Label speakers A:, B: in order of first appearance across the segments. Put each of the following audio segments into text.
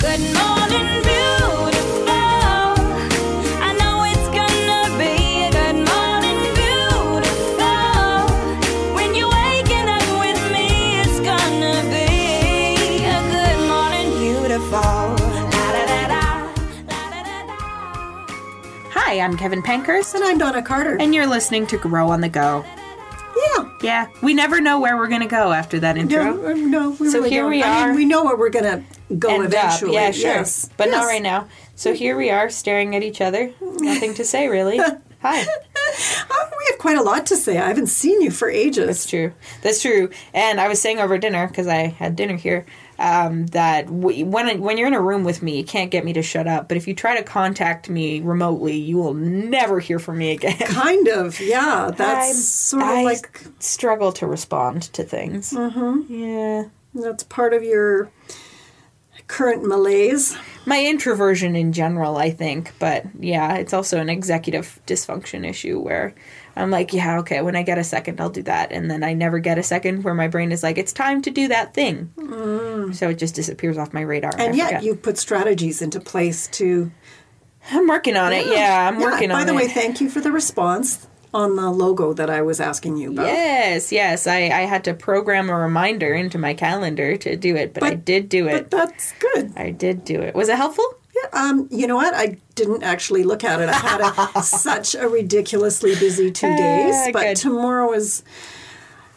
A: Good morning, beautiful. I know it's gonna be a good morning, beautiful. When you're waking up with me, it's gonna be a good morning, beautiful. La da da da, la da da da.
B: Hi, I'm Kevin Pankhurst,
C: And I'm Donna Carter.
B: and you're listening to Grow on the Go.
C: yeah.
B: Yeah, we never know where we're going to go after that
C: Yeah,
B: intro.
C: uh, no, we
B: So
C: really
B: here
C: don't.
B: we
C: I
B: are.
C: mean, we know where we're gonna go
B: End up.
C: eventually.
B: Yeah, sure.
C: Yes.
B: But not
C: Yes.
B: right now. So here we are staring at each other. Nothing to say, really. Hi.
C: Oh, we have quite a lot to say. I haven't seen you for
B: That's
C: ages.
B: true. That's true. And I was saying over dinner because I had dinner here um, that w- when I, when you're in a room with me, you can't get me to shut up. But if you try to contact me remotely, you will never hear from me again.
C: Kind of. Yeah. That's
B: I'm-
C: sort
B: I
C: of like
B: struggle to respond to things. Mm-hmm. Yeah,
C: that's part of your current malaise.
B: my introversion in general, I think. But yeah, it's also an executive dysfunction issue where. I'm like, yeah, okay, when I get a second, I'll do that. And then I never get a second where my brain is like, it's time to do that thing. So it just disappears off my radar. I
C: Mm. And yet,
B: forget.
C: you put strategies into place to.
B: I'm working on it. Yeah, I'm working
C: By
B: on
C: the way,
B: it.
C: thank you for the response on the logo that I was asking you about.
B: yes, yes. I, I had to program a reminder into my calendar to do it, but, I
C: But-
B: did do
C: But
B: it.
C: that's good.
B: I did do it. Was it helpful?
C: Yeah, um, you know what? I didn't actually look at it. I had a, such a ridiculously busy two days,
B: Ah,
C: but
B: good.
C: tomorrow is.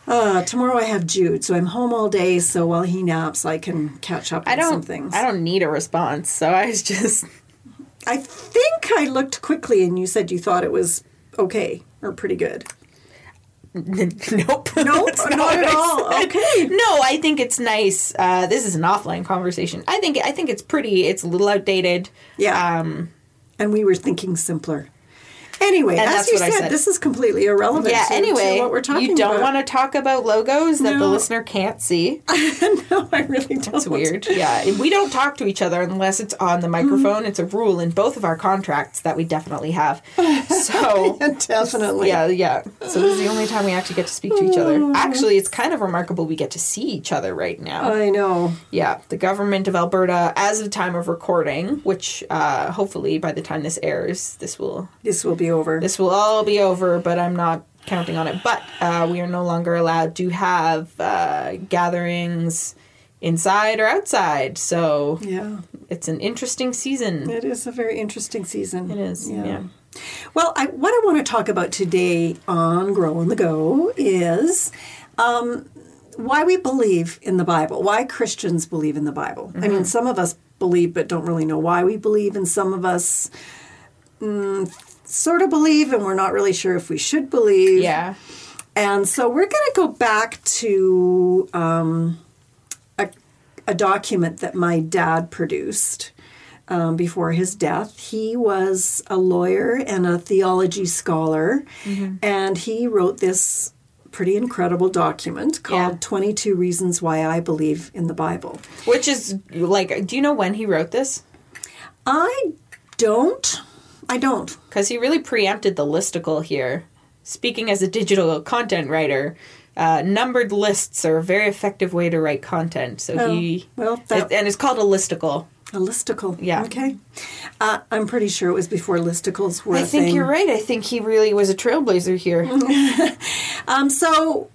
C: Uh, tomorrow I have Jude, so I'm home all day. So while he naps, I can catch up on
B: I
C: some
B: don't.
C: things.
B: I don't need a response. So I was just.
C: I think I looked quickly, and you said you thought it was okay or pretty good.
B: nope.
C: No,
B: That's
C: not
B: what
C: at
B: I
C: all.
B: said.
C: Okay.
B: No, I think it's nice. Uh, this is an offline conversation. I think. I think it's pretty. It's a little outdated.
C: Yeah.
B: Um,
C: and we were thinking simpler. Anyway,
B: And
C: as
B: that's
C: you
B: what I
C: said,
B: said.
C: this is completely irrelevant.
B: yeah.
C: to- to
B: Anyway,
C: what we're talking
B: you don't
C: about.
B: want to talk about logos that the
C: No.
B: listener can't see.
C: no, I really don't.
B: It's weird. Yeah. We don't talk to each other unless it's on the
C: Mm-hmm.
B: microphone. It's a rule in both of our contracts that we definitely have. So,
C: Definitely.
B: yeah, yeah. So, this is the only time we actually get to speak to each other. Actually, it's kind of remarkable we get to see each other right now.
C: I know.
B: Yeah. The government of Alberta, as of time of recording, which uh, hopefully by the time this airs, this will
C: This will be over.
B: this will all be over, but I'm not counting on it. But uh, we are no longer allowed to have uh, gatherings inside or outside. So
C: Yeah,
B: it's an interesting season.
C: it is a very interesting season.
B: It is. Yeah.
C: Well, I, what I want to talk about today on Grow on the Go is um, why we believe in the Bible, why Christians believe in the Bible. I
B: Mm-hmm.
C: mean, some of us believe but don't really know why we believe, and some of us mm, sort of believe and we're not really sure if we should believe.
B: Yeah.
C: And so we're going to go back to um, a, a document that my dad produced um, before his death. He was a lawyer and a theology scholar,
B: Mm-hmm.
C: and he wrote this pretty incredible document called
B: Yeah.
C: 22 Reasons Why I Believe in the Bible.
B: Which is like, do you know when he wrote this?
C: I don't. I don't.
B: Because he really preempted the listicle here. Speaking as a digital content writer, uh, numbered lists are a very effective way to write content. So he.
C: Oh, well, that-
B: and it's called a listicle.
C: A listicle.
B: Yeah.
C: Okay. Uh, I'm pretty sure it was before listicles were a
B: I think
C: thing.
B: you're right. I think he really was a trailblazer here.
C: Um, so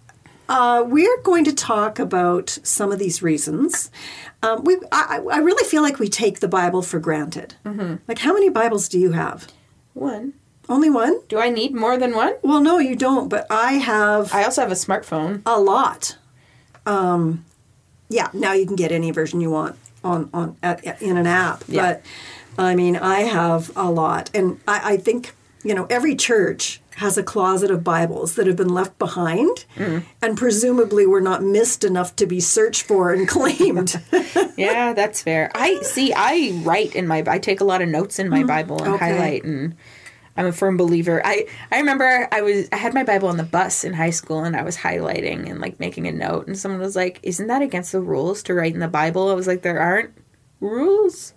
C: uh, we're going to talk about some of these reasons. Um, we, I, I I really feel like we take the Bible for granted. Like, how many Bibles do you have?
B: One.
C: Only one?
B: Do I need more than one?
C: Well, no, you don't. But I have
B: I also have a smartphone.
C: a lot. Um, yeah, now you can get any version you want on on at, in an app.
B: Yeah.
C: But I mean, I have a lot, and I, I think you know every church has a closet of Bibles that have been left behind,
B: Mm-hmm.
C: and presumably were not missed enough to be searched for and claimed.
B: yeah, that's fair. I see. I write in my. I take a lot of notes in my Bible and
C: okay.
B: highlight, and I'm a firm believer. I I remember I was I had my Bible on the bus in high school, and I was highlighting and like making a note, and someone was like, "Isn't that against the rules to write in the Bible?" I was like, "There aren't." Rules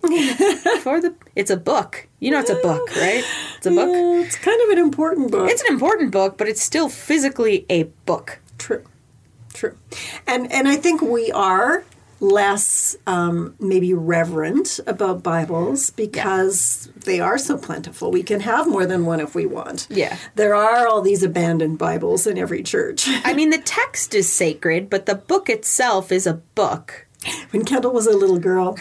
B: for the it's a book. You know it's a book, right? It's a book.
C: Yeah, it's kind of an important book.
B: It's an important book, but it's still physically a book.
C: True. True. And and I think we are less um, maybe reverent about Bibles because they are so plentiful. We can have more than one if we want.
B: Yeah.
C: There are all these abandoned Bibles in every church.
B: I mean, the text is sacred, but the book itself is a book.
C: when Kendall was a little girl,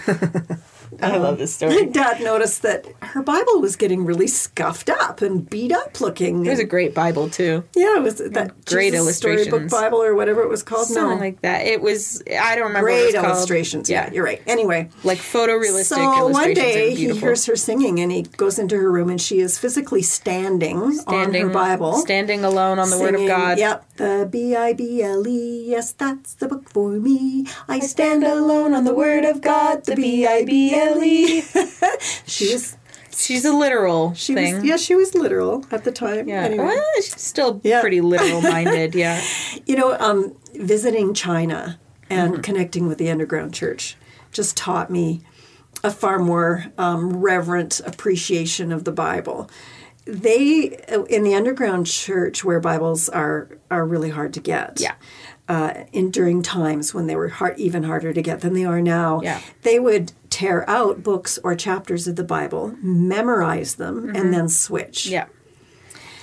B: I love this story.
C: Dad noticed that her Bible was getting really scuffed up and beat up looking.
B: There's a great Bible too.
C: yeah, it was that
B: Great
C: Jesus storybook
B: illustrations.
C: Bible or whatever it was called.
B: Something
C: no,
B: like that. It was I don't remember. what
C: great
B: it was called.
C: illustrations. Yeah. you're right. Anyway,
B: Like photorealistic
C: so
B: illustrations
C: one day
B: are
C: he
B: beautiful.
C: hears her singing and he goes into her room and she is physically standing, on her Bible.
B: standing alone on the Word of
C: singing,
B: God.
C: Yep. The B I B L E. Yes, that's the book for me. I stand alone on the Word of God. The B I B L E. She was.
B: She's a literal
C: She
B: thing.
C: was. Yeah, she was literal at the time.
B: Yeah.
C: Anyway.
B: Well, she's still
C: Yeah.
B: pretty literal minded. Yeah.
C: You know, um, visiting China and
B: Mm-hmm.
C: connecting with the underground church just taught me a far more um, reverent appreciation of the Bible. They uh, in the underground church where Bibles are are really hard to get.
B: Yeah.
C: Uh, in during times when they were hard, even harder to get than they are now,
B: Yeah.
C: they would tear out books or chapters of the Bible, memorize them, and then switch.
B: Mm-hmm. Yeah.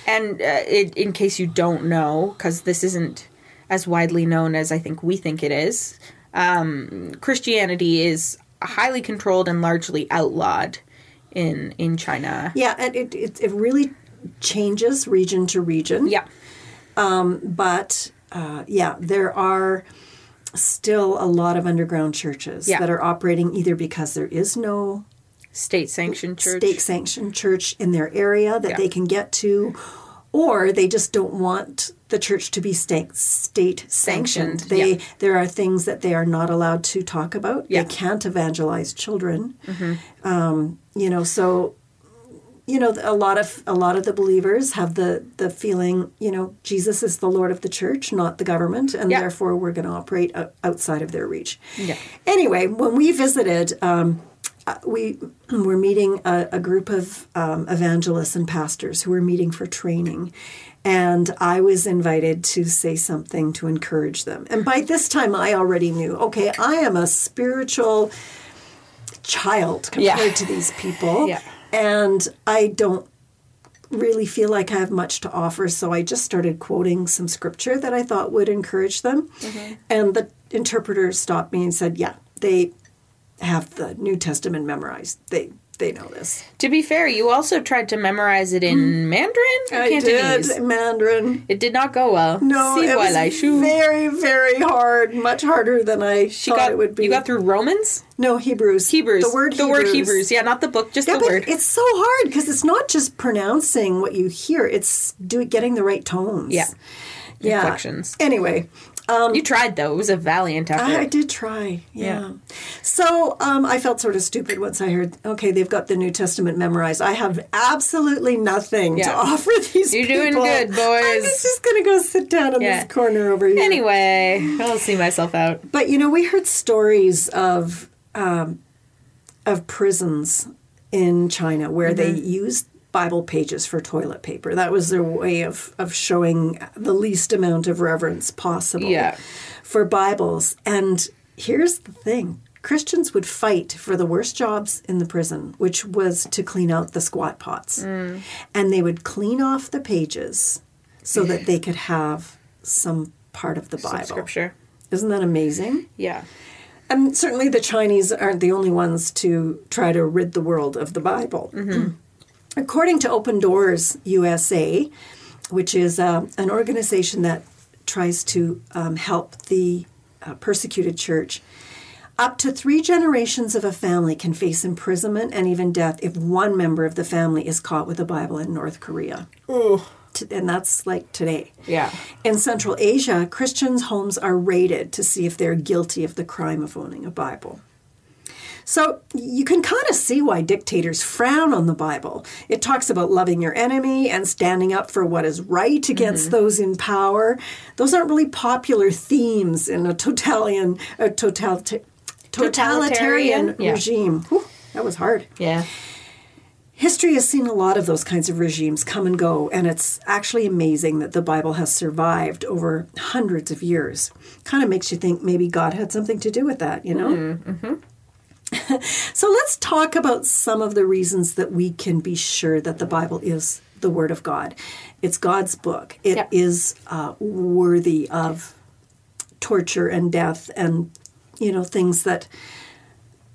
B: And uh, it, in case you don't know, because this isn't as widely known as I think we think it is, um, Christianity is highly controlled and largely outlawed in in China.
C: Yeah, and it, it, it really changes region to region.
B: Yeah.
C: But uh, yeah, there are still a lot of underground churches
B: Yeah.
C: that are operating either because there is no
B: State sanctioned church.
C: state sanctioned church in their area that
B: Yeah.
C: they can get to, or they just don't want the church to be state, state sanctioned.
B: Sanctioned,
C: They
B: yeah.
C: there are things that they are not allowed to talk about.
B: Yeah. Mm-hmm.
C: They can't evangelize children. Um, you know, so you know a lot of a lot of the believers have the the feeling you know jesus is the lord of the church not the government and
B: Yeah.
C: therefore we're going to operate o- outside of their reach
B: Yeah.
C: anyway when we visited um, uh, we were meeting a, a group of um, evangelists and pastors who were meeting for training and i was invited to say something to encourage them and by this time i already knew okay i am a spiritual child compared
B: Yeah.
C: to these people
B: Yeah.
C: and I don't really feel like I have much to offer, so I just started quoting some scripture that I thought would encourage them.
B: Mm-hmm.
C: And the interpreter stopped me and said, "Yeah, they have the New Testament memorized. They they know this."
B: To be fair, you also tried to memorize it in Mandarin or Cantonese.
C: Hmm. did Mandarin.
B: It did not go well.
C: No,
B: See
C: it
B: why
C: was
B: I shoo.
C: very very hard, much harder than I
B: She
C: thought
B: got,
C: it would be.
B: You got through Romans?
C: no Hebrews.
B: Hebrews.
C: The word
B: the
C: Hebrews.
B: word Hebrews. Yeah, not the book, just
C: Yeah,
B: the
C: but
B: word.
C: it's so hard because it's not just pronouncing what you hear; it's do getting the right tones.
B: Yeah.
C: yeah.
B: Inflections.
C: Anyway,
B: you tried though. It was a valiant effort.
C: I, I did try. Yeah.
B: Yeah.
C: So um, I felt sort of stupid once I heard, okay, they've got the New Testament memorized. I have absolutely nothing to
B: Yeah.
C: offer these.
B: You're doing
C: people.
B: good,
C: I'm
B: boys.
C: just gonna go sit down in
B: Yeah.
C: this corner over here.
B: Anyway, I'll see myself out.
C: But you know, we heard stories of um, of prisons in China where they used Bible pages for toilet paper. That was their way of of showing the least amount of reverence possible
B: Yeah.
C: for Bibles. And here's the thing. Christians would fight for the worst jobs in the prison, which was to clean out the squat pots. And they would clean off the pages so that they could have some part of the Bible.
B: Scripture.
C: Isn't that amazing?
B: Yeah.
C: And certainly the Chinese aren't the only ones to try to rid the world of the Bible. According to Open Doors USA, which is uh, an organization that tries to um, help the uh, persecuted church, up to three generations of a family can face imprisonment and even death if one member of the family is caught with a Bible in North Korea. T- And that's like today.
B: Yeah.
C: In Central Asia, Christians' homes are raided to see if they're guilty of the crime of owning a Bible. So you can kind of see why dictators frown on the Bible. It talks about loving your enemy and standing up for what is right against those in power. Those aren't really popular themes in a totalitarian, a totalita- totalitarian,
B: Totalitarian, yeah.
C: regime. Whew, that was hard.
B: Yeah.
C: history has seen a lot of those kinds of regimes come and go, and it's actually amazing that the Bible has survived over hundreds of years. Kind of makes you think maybe God had something to do with that, you know? so let's talk about some of the reasons that we can be sure that the Bible is the Word of God. It's God's book, It is
B: Yep.
C: uh, worthy of torture and death and you know things that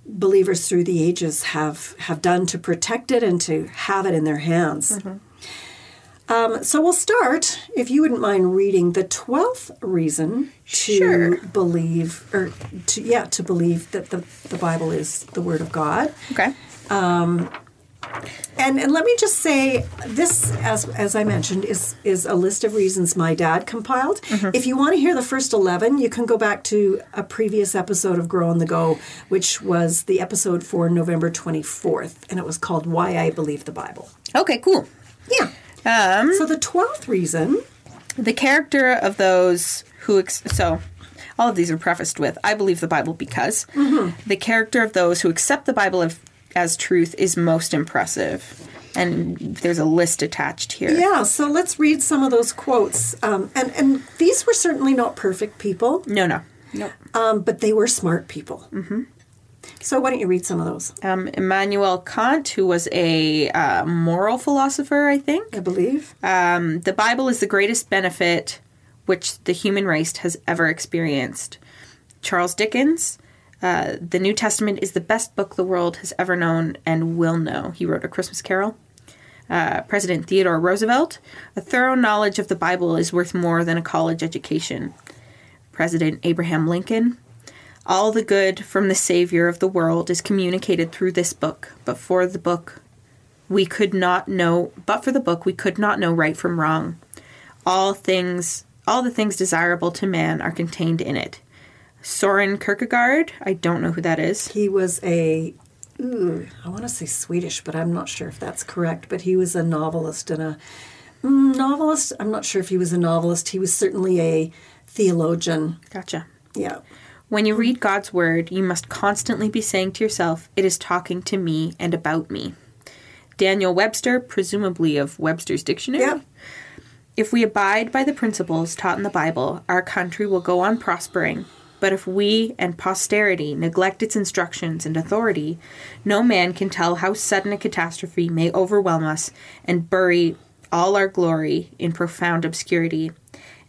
C: believers through the ages have have done to protect it and to have it in their hands. Um, so we'll start, if you wouldn't mind reading the twelfth reason to
B: Sure.
C: believe, or to yeah, to believe that the the Bible is the Word of God.
B: Okay.
C: And and let me just say this as as I mentioned is is a list of reasons my dad compiled. If you want to hear the first 11, you can go back to a previous episode of Grow on the Go, which was the episode for November 24th and it was called Why I Believe the Bible.
B: Okay, cool.
C: Yeah.
B: Um,
C: So the 12th reason
B: the character of those who ex- so all of these are prefaced with i believe the bible because the character of those who accept the bible of, as truth is most impressive and there's a list attached here
C: yeah, so let's read some of those quotes. Um, and, and these were certainly not perfect people,
B: no no no
C: um, but they were smart people. Mm-hmm. So why don't you read some of those?
B: um, immanuel kant who was a uh, moral philosopher i think
C: I believe.
B: um, the bible is the greatest benefit which the human race has ever experienced charles dickens uh, the New Testament is the best book the world has ever known and will know. He wrote A Christmas Carol. Uh, President Theodore Roosevelt, a thorough knowledge of the Bible is worth more than a college education. President Abraham Lincoln, all the good from the Savior of the world is communicated through this book, but for the book we could not know but for the book we could not know right from wrong. All things all the things desirable to man are contained in it. Soren Kierkegaard, I don't know who that is.
C: He was a, ooh, I want to say Swedish, but I'm not sure if that's correct. But he was a novelist and a mm, novelist. I'm not sure if he was a novelist. He was certainly a theologian.
B: Gotcha.
C: Yeah.
B: When you read God's word, you must constantly be saying to yourself, It is talking to me and about me. Daniel Webster, presumably of Webster's Dictionary.
C: Yeah.
B: If we abide by the principles taught in the Bible, our country will go on prospering. But if we and posterity neglect its instructions and authority, no man can tell how sudden a catastrophe may overwhelm us and bury all our glory in profound obscurity.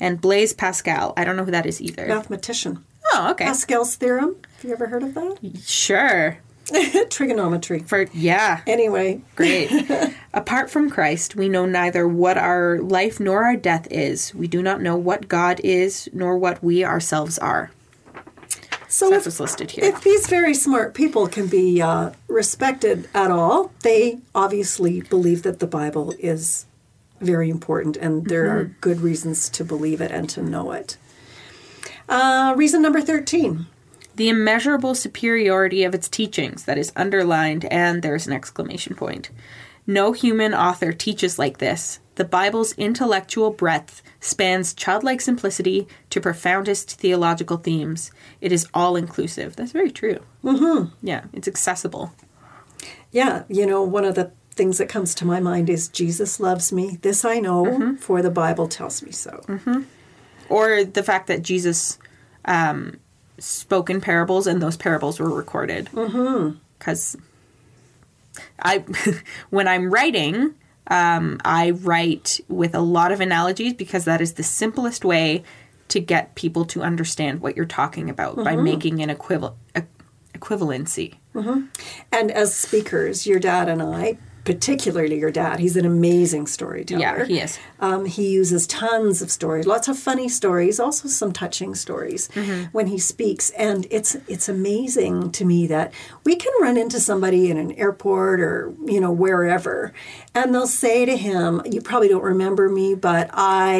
B: And Blaise Pascal, I don't know who that is either.
C: Mathematician.
B: Oh, okay.
C: Pascal's theorem. Have you ever heard of that?
B: Sure.
C: Trigonometry.
B: For yeah.
C: Anyway,
B: Great. Apart from Christ, we know neither what our life nor our death is. We do not know what God is nor what we ourselves are.
C: so
B: That's what's
C: if,
B: listed here.
C: if these very smart people can be uh, respected at all, they obviously believe that the Bible is very important and there are
B: Mm-hmm.
C: good reasons to believe it and to know it. Uh, reason number 13.
B: the immeasurable superiority of its teachings that is underlined and there's an exclamation point no human author teaches like this the bible's intellectual breadth spans childlike simplicity to profoundest theological themes it is all inclusive that's very true mm-hmm. yeah it's accessible
C: Yeah, you know, one of the things that comes to my mind is Jesus loves me. This I know,
B: Mm-hmm.
C: for the Bible tells me so.
B: Mm. or the fact that jesus um, spoke in parables and those parables were recorded because I when I'm writing, um, I write with a lot of analogies because that is the simplest way to get people to understand what you're talking about by making an equival- e- equivalency.
C: And as speakers, your dad and I, particularly your dad, he's an amazing storyteller.
B: Yeah, he is.
C: Um, he uses tons of stories, lots of funny stories, also some touching stories when he speaks. And it's it's amazing to me that we can run into somebody in an airport or you know wherever, and they'll say to him, "You probably don't remember me, but I."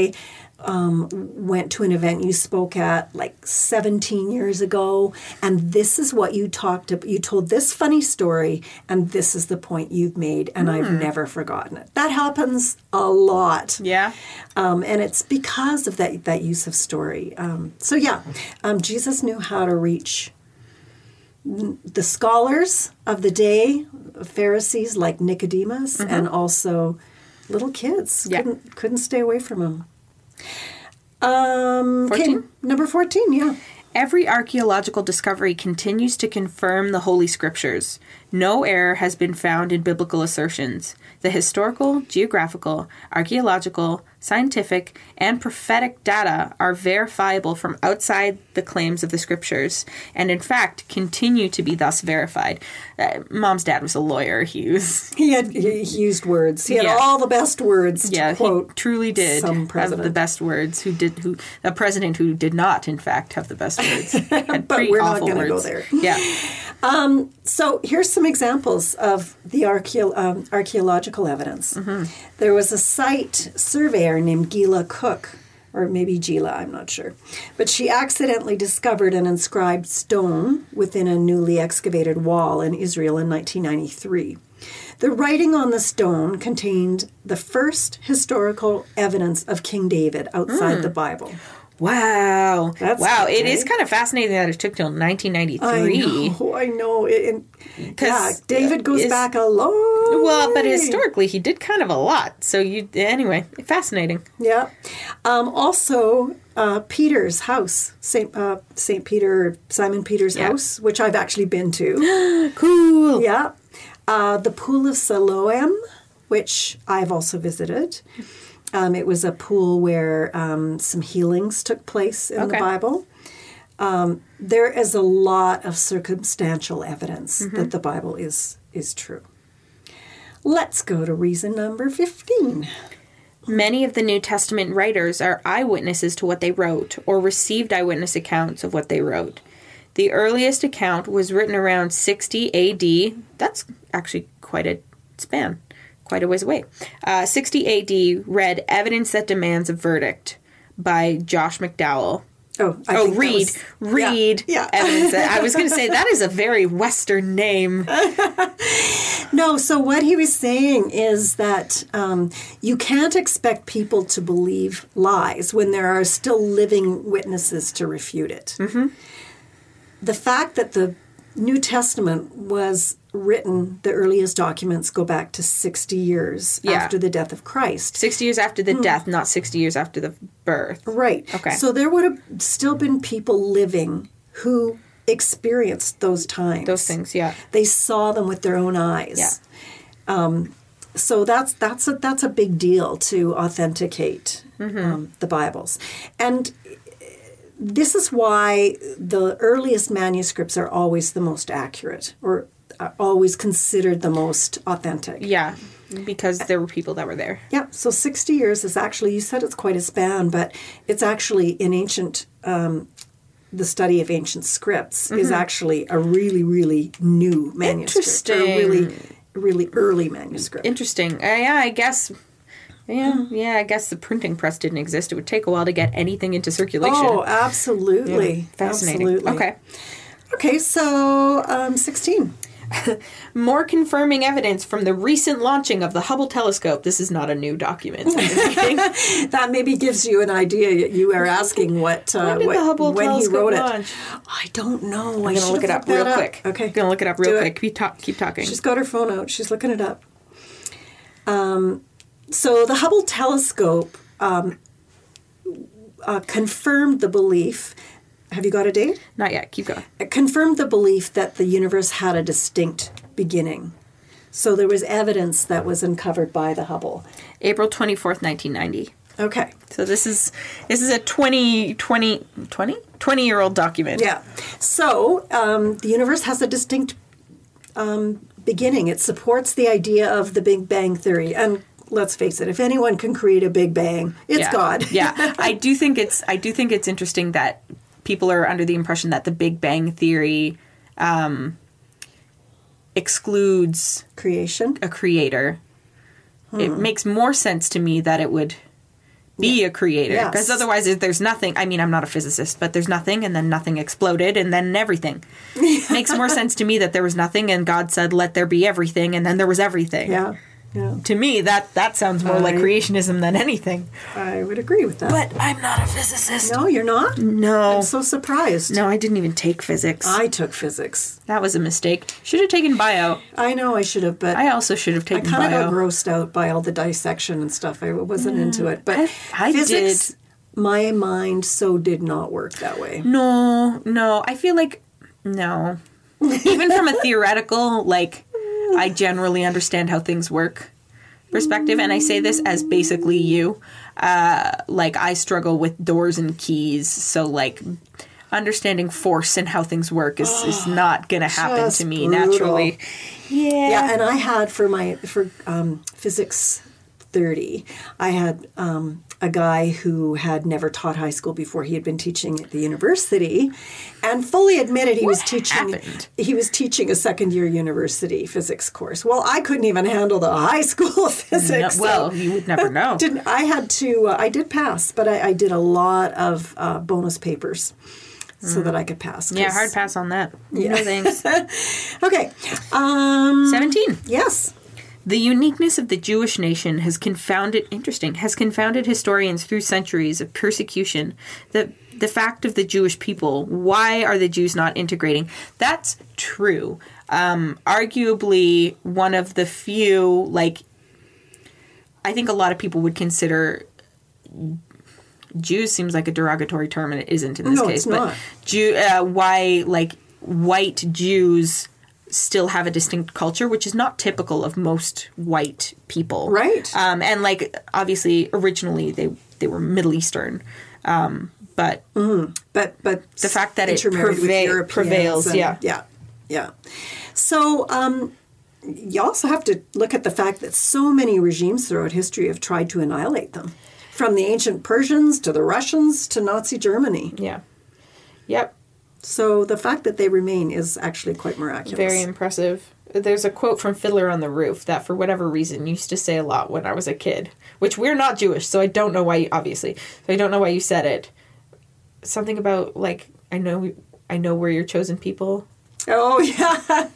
C: went to an event you spoke at like 17 years ago and this is what you talked about you told this funny story and this is the point you've made and i've never forgotten it that happens a lot
B: Yeah.
C: um, and it's because of that that use of story um, so yeah um, jesus knew how to reach the scholars of the day Pharisees like Nicodemus and also little kids.
B: Mm-hmm. Yeah.
C: Couldn't, couldn't stay away from him. Um, okay,
B: 14?
C: number 14, yeah.
B: Every archaeological discovery continues to confirm the Holy Scriptures. No error has been found in biblical assertions. The historical, geographical, archaeological, scientific, and prophetic data are verifiable from outside the claims of the Scriptures, and in fact continue to be thus verified. Uh, Mom's dad was a lawyer. He was
C: He had he he used words. He had
B: Yeah.
C: all the best words
B: yeah,
C: to quote.
B: he truly did
C: some
B: have the
C: president.
B: best words. Who did who a president who did not, in fact, have the best words. Had
C: But
B: pretty
C: we're not
B: awful
C: gonna go
B: words.
C: there.
B: Yeah.
C: So here's some examples of the archeo- um, archaeological evidence.
B: Mm-hmm.
C: There was a site surveyor named Gila Cook, or maybe Gila, I'm not sure, but she accidentally discovered an inscribed stone within a newly excavated wall in Israel in 1993. The writing on the stone contained the first historical evidence of King David outside
B: Hmm.
C: the Bible.
B: Wow.
C: That's
B: wow. It
C: okay.
B: is kind of fascinating that it took till
C: I
B: 1993.
C: know, I know. It, it,
B: 'Cause,
C: yeah, David goes
B: is-
C: back a long
B: Well, but
C: way.
B: historically, he did kind of a lot. So you, anyway, fascinating.
C: Yeah. Um, also, uh, Peter's house, Saint uh, Saint Peter Simon Peter's
B: Yeah.
C: house, which I've actually been to.
B: Cool.
C: yeah. Uh, the pool of Siloam, which I've also visited. Um, it was a pool where um, some healings took place in
B: Okay.
C: the Bible. Um, there is a lot of circumstantial evidence
B: Mm-hmm.
C: that the Bible is is true. Let's go to reason number fifteen.
B: Many of the New Testament writers are eyewitnesses to what they wrote or received eyewitness accounts of what they wrote. The earliest account was written around 60 AD. That's actually quite a span, quite a ways away. Uh, 60 AD read Evidence That Demands a Verdict by Josh McDowell.
C: Oh, I
B: oh,
C: think that
B: read,
C: was- yeah,
B: read.
C: yeah.
B: Evidence that, I was going to say that is a very Western name.
C: No, so what he was saying is that um, you can't expect people to believe lies when there are still living witnesses to refute it.
B: Mm-hmm.
C: The fact that the New Testament was written, the earliest documents go back to 60 years
B: Yeah.
C: after the death of Christ.
B: Sixty years after the
C: Hmm.
B: death, not sixty years after the birth.
C: Right.
B: Okay.
C: So there would have still been people living who experienced those times.
B: Those things, yeah.
C: They saw them with their own eyes. Um,
B: Yeah.
C: so that's that's a that's a big deal to authenticate um, the Bibles, and uh, this is why the earliest manuscripts are always the most accurate or are always considered the most authentic.
B: Yeah, because there were people that were there.
C: Yeah, so 60 years is actually, you said it's quite a span, but it's actually in ancient, um, the study of ancient scripts is
B: Mm-hmm.
C: actually a really, really new manuscript. Or a really, really early manuscript.
B: Interesting. Uh, yeah, I guess. Yeah,
C: Hmm.
B: yeah, I guess the printing press didn't exist. It would take a while to get anything into circulation.
C: Oh, absolutely.
B: Fascinating.
C: Absolutely.
B: Okay.
C: Okay, so um, 16.
B: More confirming evidence from the recent launching of the Hubble telescope. This is not a new document.
C: Hmm. That maybe gives you an idea. You are asking what, uh,
B: When did
C: what-
B: the Hubble
C: when he
B: telescope
C: wrote
B: launch?
C: it. I don't know.
B: I'm
C: I
B: gonna
C: should
B: look it up real quick.
C: Okay.
B: I'm gonna look it up real
C: Do
B: quick. Keep, talk, keep talking.
C: She's got her phone out. She's looking it up. Um, so the Hubble telescope um, uh, confirmed the belief. Have you got a date?
B: not yet. Keep going.
C: It confirmed the belief that the universe had a distinct beginning. So there was evidence that was uncovered by the Hubble.
B: April 24th, 1990.
C: Okay.
B: So this is this is a 20 20 20 20 year old document.
C: Yeah. So um, the universe has a distinct um, beginning. It supports the idea of the Big Bang theory. And let's face it, if anyone can create a Big Bang, it's
B: yeah.
C: God.
B: yeah, I do think it's I do think it's interesting that people are under the impression that the Big Bang theory um, excludes
C: Creation.
B: a creator. It makes more sense to me that it would be a creator
C: Yes.
B: because otherwise if there's nothing i mean i'm not a physicist but there's nothing and then nothing exploded and then everything makes more sense to me that there was nothing and god said let there be everything and then there was everything
C: Yeah. Yeah.
B: To me, that that sounds more like
C: I-
B: creationism than anything.
C: I would agree with that.
B: But I'm not a physicist.
C: no, you're not?
B: No.
C: I'm so surprised.
B: No, I didn't even take physics.
C: I took physics.
B: that was a mistake. Should have taken bio.
C: I know I should have, but
B: I also should have
C: I
B: taken
C: kind of
B: bio.
C: got grossed out by all the dissection and stuff. I wasn't into it. But
B: Mm. I- I
C: physics,
B: did.
C: my mind so did not work that way.
B: No, no. I feel like no. Even from a theoretical, like I generally understand how things work perspective, and I say this as basically you. Uh, like I struggle with doors and keys, so like understanding force and how things work is, is not gonna happen
C: Just
B: to me
C: brutal.
B: naturally. Yeah.
C: Yeah, and I had for my for um, physics thirty, I had um, a guy who had never taught high school before. He had been teaching at the university, and fully admitted he was teaching.
B: happened?
C: He was teaching a second year university physics course. Well, I couldn't even handle the high school
B: No-
C: physics. so-
B: well, you would never know.
C: didn't I had to uh, I did pass, but I, I did a lot of uh, bonus papers so that I could pass. 'cause-
B: Mm. yeah, hard pass on that. No thanks.
C: Okay. Um,
B: Seventeen.
C: yes.
B: The uniqueness of the Jewish nation has confounded interesting has confounded historians through centuries of persecution. The the fact of the Jewish people, why are the Jews not integrating? That's true. Um, arguably one of the few like I think a lot of people would consider Jews seems like a derogatory term, and it isn't in this
C: No,
B: case.
C: it's
B: but
C: not.
B: Jew, uh, why like white Jews still have a distinct culture, which is not typical of most white people,
C: Right.
B: Um, and like obviously, originally they they were Middle Eastern, um, but
C: but but the
B: fact that it perve- prevails, yeah.
C: yeah, yeah. So um, you also have to look at the fact that so many regimes throughout history have tried to annihilate them, from the ancient Persians to the Russians to Nazi Germany.
B: yeah, yep.
C: So the fact that they remain is actually quite miraculous.
B: Very impressive. There's a quote from Fiddler on the Roof that, for whatever reason, used to say a lot when I was a kid, which we're not Jewish, so I don't know why, you, obviously. So I don't know why you said it. Something about, like, I know. I know we're your chosen people.
C: Oh yeah,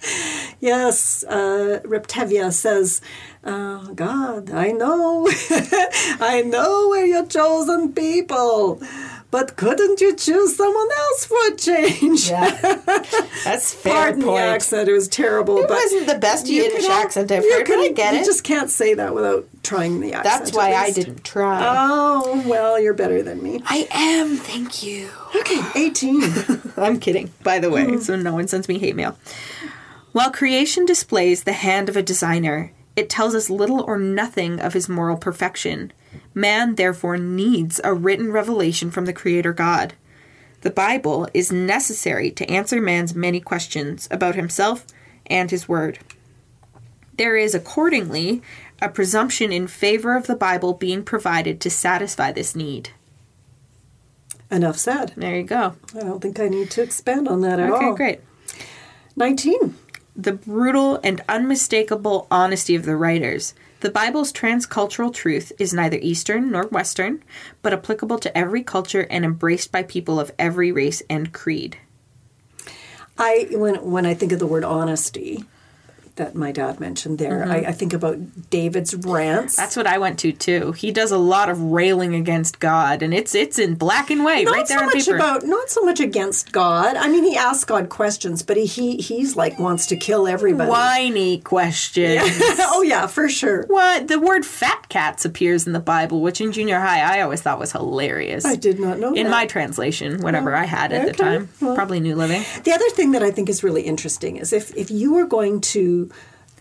C: yes. Uh, Reptevia says, oh, "God, I know, I know we're your chosen people, but couldn't you choose someone else for a change?"
B: Yeah, that's fair
C: Pardon
B: point.
C: the accent; it was terrible.
B: It
C: but
B: wasn't the best Yiddish
C: can al-
B: accent I've
C: you
B: heard, but I
C: can-
B: get
C: you
B: it.
C: just can't say that without trying the accent.
B: that's why
C: at
B: I
C: least.
B: didn't try.
C: Oh well, you're better than me.
B: I am. Thank you.
C: Okay, eighteen.
B: I'm kidding, by the way, so no one sends me hate mail. While creation displays the hand of a designer, it tells us little or nothing of his moral perfection. Man, therefore, needs a written revelation from the Creator God. The Bible is necessary to answer man's many questions about himself and his word. There is, accordingly, a presumption in favor of the Bible being provided to satisfy this need.
C: Enough said.
B: There you go.
C: I don't think I need to expand on that at all.
B: Okay, great.
C: Nineteen.
B: the brutal and unmistakable honesty of the writers. The Bible's transcultural truth is neither Eastern nor Western, but applicable to every culture and embraced by people of every race and creed.
C: I when when I think of the word honesty that my dad mentioned there, I, I think about David's rants.
B: Mm-hmm. That's what I went to too. He does a lot of railing against God, and it's it's in black and white,
C: not
B: right there
C: so
B: on
C: much
B: paper.
C: about not so much against God. I mean, he asks God questions, but he, he he's like wants to kill everybody.
B: Whiny question.
C: oh yeah, for sure.
B: What the word "fat cats" appears in the Bible, which in junior high I always thought was hilarious.
C: I did not
B: in
C: know that. Oh,
B: my translation, whatever I had at the
C: Okay.
B: time, probably New Living.
C: The other thing that I think is really interesting is if if you were going to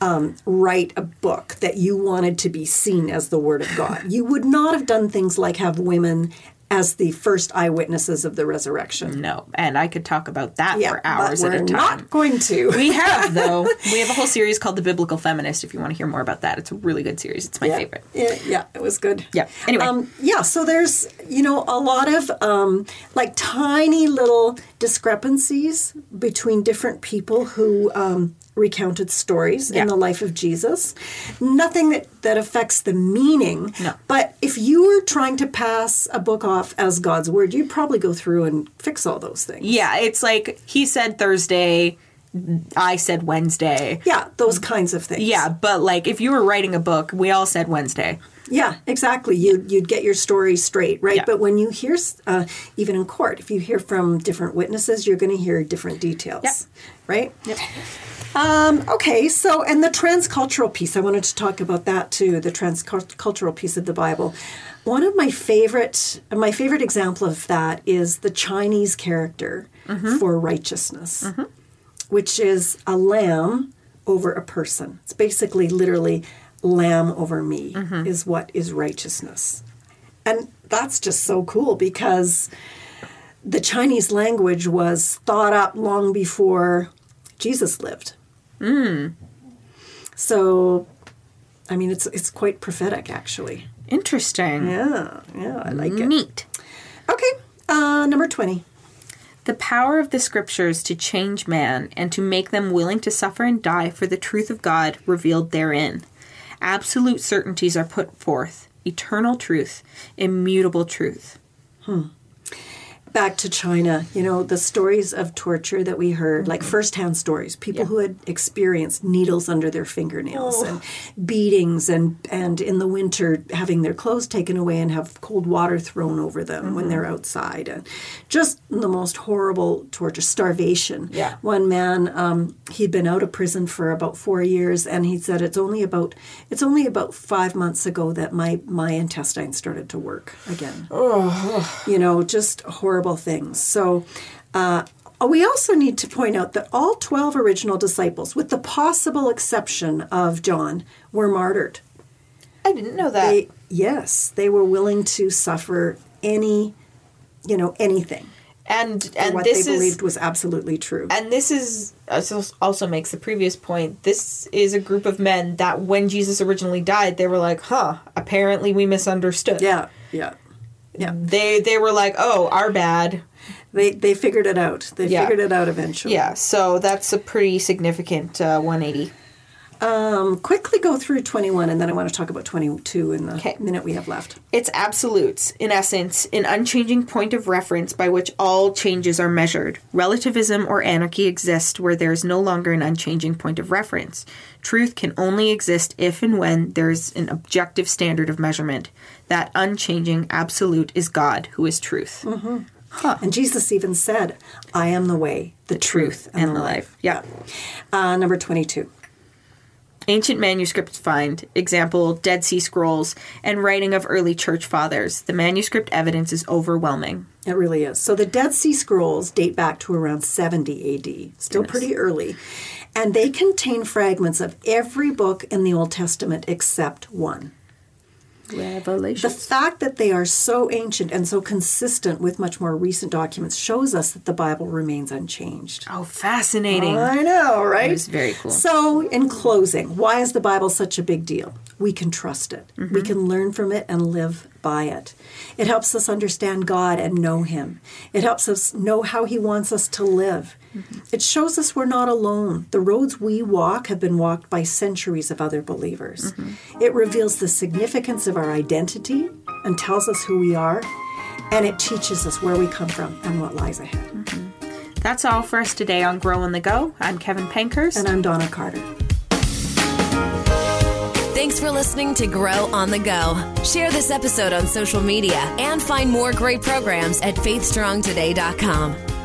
C: um, write a book that you wanted to be seen as the Word of God, you would not have done things like have women as the first eyewitnesses of the resurrection.
B: No, and I could talk about that for hours
C: but we're
B: at a time.
C: Not going to.
B: we have though. We have a whole series called The Biblical Feminist. If you want to hear more about that, it's a really good series. It's my
C: yeah.
B: favorite.
C: Yeah, yeah, it was good.
B: Yeah. Anyway.
C: Um, yeah, so there's, you know, a lot of um, like tiny little discrepancies between different people who um, recounted stories
B: Yeah.
C: in the life of Jesus. Nothing that, that affects the meaning.
B: No.
C: But if you were trying to pass a book off as God's word, you'd probably go through and fix all those things.
B: Yeah, it's like he said Thursday. I said Wednesday.
C: Yeah, those kinds of things.
B: Yeah, but like if you were writing a book, we all said Wednesday.
C: Yeah, exactly. You'd, you'd get your story straight, right?
B: Yeah.
C: But when you hear, uh, even in court, if you hear from different witnesses, you're going to hear different details,
B: Yep.
C: right? Yep. Um, okay, so, and the transcultural piece, I wanted to talk about that too, the transcultural piece of the Bible. One of my favorite, my favorite example of that is the Chinese character for righteousness which is a lamb over a person. It's basically literally lamb over me is what is righteousness. And that's just so cool because the Chinese language was thought up long before Jesus lived. Mm. So, I mean, it's it's quite prophetic, actually.
B: Interesting.
C: Yeah, yeah, I like it.
B: Neat.
C: Okay, uh, number twenty.
B: The power of the scriptures to change man and to make them willing to suffer and die for the truth of God revealed therein. Absolute certainties are put forth, eternal truth, immutable truth.
C: back to China, you know, the stories of torture that we heard, like firsthand stories, people who had experienced needles under their fingernails and beatings and and in the winter having their clothes taken away and have cold water thrown over them when they're outside and just the most horrible torture, starvation.
B: Yeah.
C: One man, um, he'd been out of prison for about four years and he said it's only about it's only about five months ago that my, my intestines started to work again you know, just horrible things. So, uh, we also need to point out that all 12 original disciples, with the possible exception of John, were martyred.
B: I didn't know that.
C: They, yes, they were willing to suffer any, you know, anything.
B: and
C: for
B: and
C: what
B: this
C: they
B: is
C: believed was absolutely true.
B: and this is also also makes the previous point. This is a group of men that when Jesus originally died, they were like, "Huh, apparently we misunderstood."
C: yeah, yeah. Yeah.
B: They they were like, "Oh, our bad."
C: They they figured it out. They
B: Yeah.
C: figured it out eventually.
B: Yeah, so that's a pretty significant uh, 180.
C: Um, quickly go through 21 and then I want to talk about 22 in the
B: Okay.
C: minute we have left.
B: It's absolutes, in essence, an unchanging point of reference by which all changes are measured. Relativism or anarchy exist where there is no longer an unchanging point of reference. Truth can only exist if and when there is an objective standard of measurement. That unchanging absolute is God, who is truth.
C: And Jesus even said, I am the way, the, truth, and, the life.
B: Yeah.
C: Uh, number 22.
B: Ancient manuscripts find, example, Dead Sea Scrolls, and writing of early church fathers. The manuscript evidence is overwhelming.
C: It really is. So the Dead Sea Scrolls date back to around 70 AD, still pretty early. And they contain fragments of every book in the Old Testament except one. The
B: Revelation.
C: fact that they are so ancient and so consistent with much more recent documents shows us that the Bible remains unchanged.
B: oh, fascinating.
C: I know, right?
B: was very cool.
C: So, in closing, why is the Bible such a big deal? We can trust it.
B: Mm-hmm.
C: We can learn from it and live by it. It helps us understand God and know Him. It helps us know how He wants us to live.
B: Mm-hmm.
C: It shows us we're not alone. The roads we walk have been walked by centuries of other believers.
B: Mm-hmm.
C: It reveals the significance of our identity and tells us who we are. And it teaches us where we come from and what lies ahead.
B: That's all for us today on Grow on the Go. I'm Kevin Pankhurst.
C: And I'm Donna Carter.
D: Thanks for listening to Grow on the Go. Share this episode on social media and find more great programs at faithstrongtoday.com.